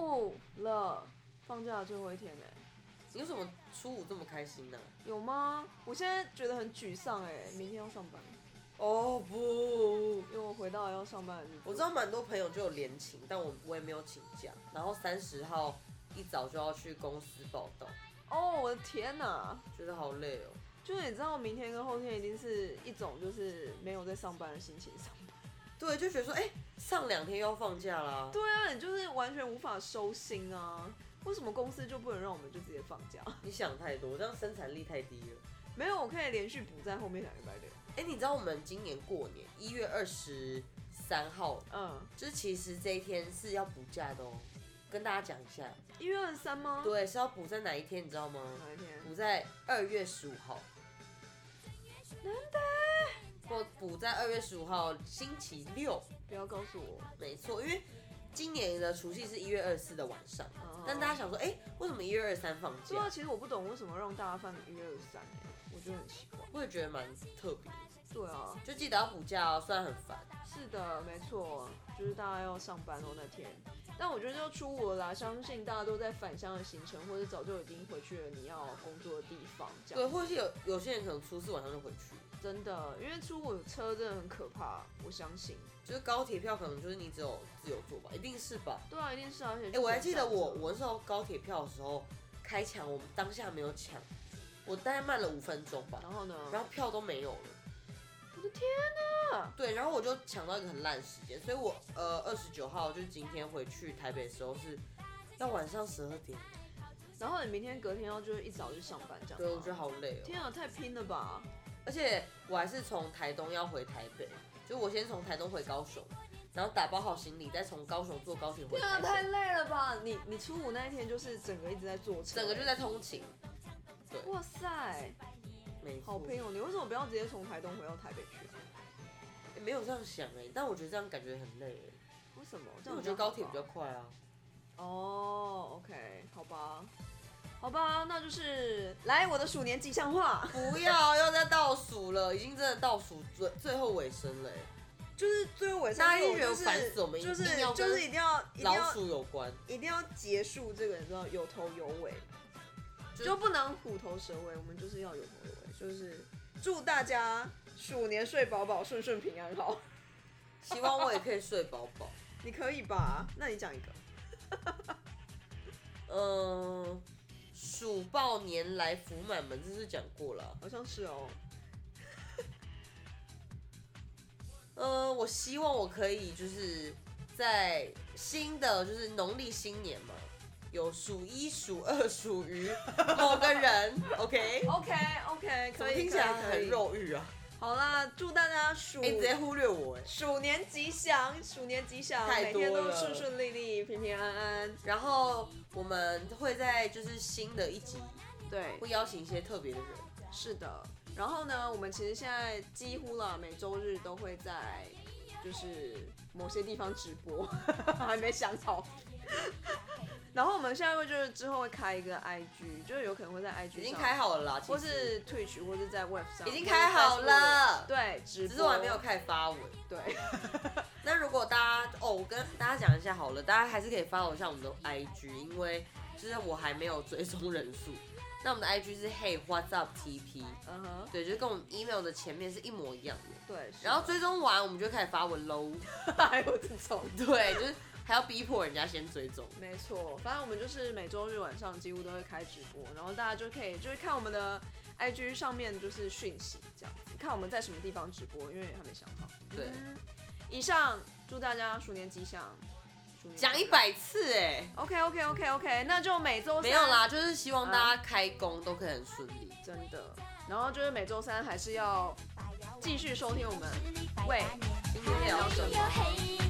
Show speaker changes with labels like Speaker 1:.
Speaker 1: 五了，放假的最后一天呢、欸
Speaker 2: 你为什么初五这么开心呢、
Speaker 1: 有吗？我现在觉得很沮丧哎、明天要上班，
Speaker 2: 哦不，
Speaker 1: 因为我回到要上班的日子。
Speaker 2: 我知道蛮多朋友就有连勤，但我我也没有请假。然后三十号一早就要去公司报道，
Speaker 1: 哦，我的天哪！
Speaker 2: 觉得好累哦。
Speaker 1: 就是你知道，明天跟后天一定是一种就是没有在上班的心情上 班。
Speaker 2: 对，就觉得说，哎、上两天又要放假啦。
Speaker 1: 对啊，你就是完全无法收心啊！为什么公司就不能让我们就直接放假？
Speaker 2: 你想太多，这样生产力太低了。
Speaker 1: 没有，我可以连续补在后面两个礼拜六。
Speaker 2: 哎、你知道我们今年过年一月二十三号，
Speaker 1: 嗯，
Speaker 2: 就是其实这一天是要补假的哦，跟大家讲一下。
Speaker 1: 一月二十三吗？，
Speaker 2: 对，是要补在哪一天，你知道吗？
Speaker 1: 哪一天？
Speaker 2: 补在二月十五号，
Speaker 1: 难得，
Speaker 2: 或补在二月十五号星期六，
Speaker 1: 不要告诉我。
Speaker 2: 没错，因为今年的除夕是一月二十四的晚上，
Speaker 1: 哦
Speaker 2: 但大家想说，哎、为什么一月二十三放
Speaker 1: 对啊，
Speaker 2: 假？
Speaker 1: 其实我不懂为什么让大家放一月二十三哎，我觉得很奇怪。
Speaker 2: 我也觉得蛮特别的，
Speaker 1: 对啊，
Speaker 2: 就记得要补假哦，虽然很烦。
Speaker 1: 是的，没错，就是大家要上班哦那天。但我觉得就初五了啦，相信大家都在返乡的行程，或者早就已经回去了你要工作的地方，这
Speaker 2: 对，
Speaker 1: 样
Speaker 2: 或者是有有些人可能初四晚上就回去，
Speaker 1: 真的，因为初五车真的很可怕，我相信。
Speaker 2: 就是高铁票可能就是你只有自由坐吧，一定是吧？
Speaker 1: 对啊，一定是啊，而且
Speaker 2: 哎、
Speaker 1: 哎
Speaker 2: 我还记得我我那时候高铁票的时候开抢，我们当下没有抢，我大概慢了五分钟吧
Speaker 1: 然，后呢，
Speaker 2: 然后票都没有了。
Speaker 1: 我的天哪，
Speaker 2: 对，然后我就抢到一个很烂的时间，所以我呃二十九号就是今天回去台北的时候是要晚上十二点，
Speaker 1: 然后你明天隔天要就是一早去上班这样吗，
Speaker 2: 对我觉得好累哦，
Speaker 1: 天啊，太拼了吧！
Speaker 2: 而且我还是从台东要回台北，就我先从台东回高雄，然后打包好行李，再从高雄坐高铁回
Speaker 1: 天啊，
Speaker 2: 台
Speaker 1: 太
Speaker 2: 北，
Speaker 1: 累了吧！你你初五那一天就是整个一直在坐车，哎
Speaker 2: 整个就在通勤，
Speaker 1: 哇塞，
Speaker 2: 没错
Speaker 1: 好拼哦！你为什么不要直接从台东回到台北去啊？
Speaker 2: 欸没有这样想哎、但我觉得这样感觉很累哎、
Speaker 1: 为什么？这
Speaker 2: 但
Speaker 1: 样
Speaker 2: 我觉得高铁
Speaker 1: 好
Speaker 2: 比
Speaker 1: 吧
Speaker 2: 较快啊，
Speaker 1: 哦，OK，好吧，好吧，那就是来我的鼠年吉祥话，
Speaker 2: 不要又在倒数了，已经真的倒数最最后尾声了、欸，
Speaker 1: 就是最后尾
Speaker 2: 大家
Speaker 1: 就
Speaker 2: 一定觉得
Speaker 1: 是
Speaker 2: 烦死我们
Speaker 1: 就是
Speaker 2: 一定要
Speaker 1: 就
Speaker 2: 跟
Speaker 1: 是一定要一定
Speaker 2: 老
Speaker 1: 要
Speaker 2: 鼠有关，
Speaker 1: 一定要结束这个，你知道有头有尾，
Speaker 2: 就
Speaker 1: 就不能虎头蛇尾，我们就是要有头有尾，就是祝大家鼠年睡饱饱，顺顺平安好。
Speaker 2: 希望我也可以睡饱饱。
Speaker 1: 你可以吧？那你讲一个，
Speaker 2: 嗯，鼠报年来福满门，这是讲过了。
Speaker 1: 好像是 哦。
Speaker 2: 嗯，我希望我可以就是在新的就是农历新年嘛，有数一、数二、属于某个人 ，OK？
Speaker 1: OK OK，
Speaker 2: 怎么听起来很。肉欲啊？
Speaker 1: 好啦，祝大家鼠
Speaker 2: 哎、你直接忽略我哎、
Speaker 1: 鼠年吉祥，鼠年吉祥，
Speaker 2: 太
Speaker 1: 每
Speaker 2: 多
Speaker 1: 天都
Speaker 2: 了
Speaker 1: 顺顺利利、平平安安。
Speaker 2: 然后我们会在就是新的一集
Speaker 1: 对，
Speaker 2: 会邀请一些特别的人，
Speaker 1: 是的。然后呢，我们其实现在几乎啦，每周日都会在就是某些地方直播， 还没想好。然后我们现在会就是之后会开一个 IG，就是有可能会在 IG
Speaker 2: 已经
Speaker 1: 上
Speaker 2: 开好了啦，其
Speaker 1: 或
Speaker 2: 实
Speaker 1: 是 Twitch 或是在 Web 上
Speaker 2: 已经开好了
Speaker 1: 或者在 Facebook 对，直播
Speaker 2: 只是我还没有开始发文。
Speaker 1: 对，
Speaker 2: 那如果大家哦，我跟大家讲一下好了，大家还是可以 follow 一下我们的 IG，因为就是我还没有追踪人数。那我们的 IG 是 Hey What's Up TP，
Speaker 1: 嗯哼，
Speaker 2: 对，就是跟我们 email 的前面是一模一样的。
Speaker 1: 对。哎是
Speaker 2: 然后追踪完，我们就开始发文喽。
Speaker 1: 还有这种，
Speaker 2: 对，就是还要逼迫人家先追踪。
Speaker 1: 没错，反正我们就是每周日晚上几乎都会开直播，然后大家就可以就是看我们的 IG 上面就是讯息这样子，看我们在什么地方直播，因为还没想好。
Speaker 2: 对，
Speaker 1: 嗯以上祝大家鼠年吉祥，鼠年
Speaker 2: 讲一。百次哎、
Speaker 1: OK OK OK OK，那就每周三
Speaker 2: 没有，啦，就是希望大家开工都可以很顺利。
Speaker 1: 真的。然后就是每周三还是要继续收听我们喂
Speaker 2: 今天聊什么？
Speaker 3: 嘿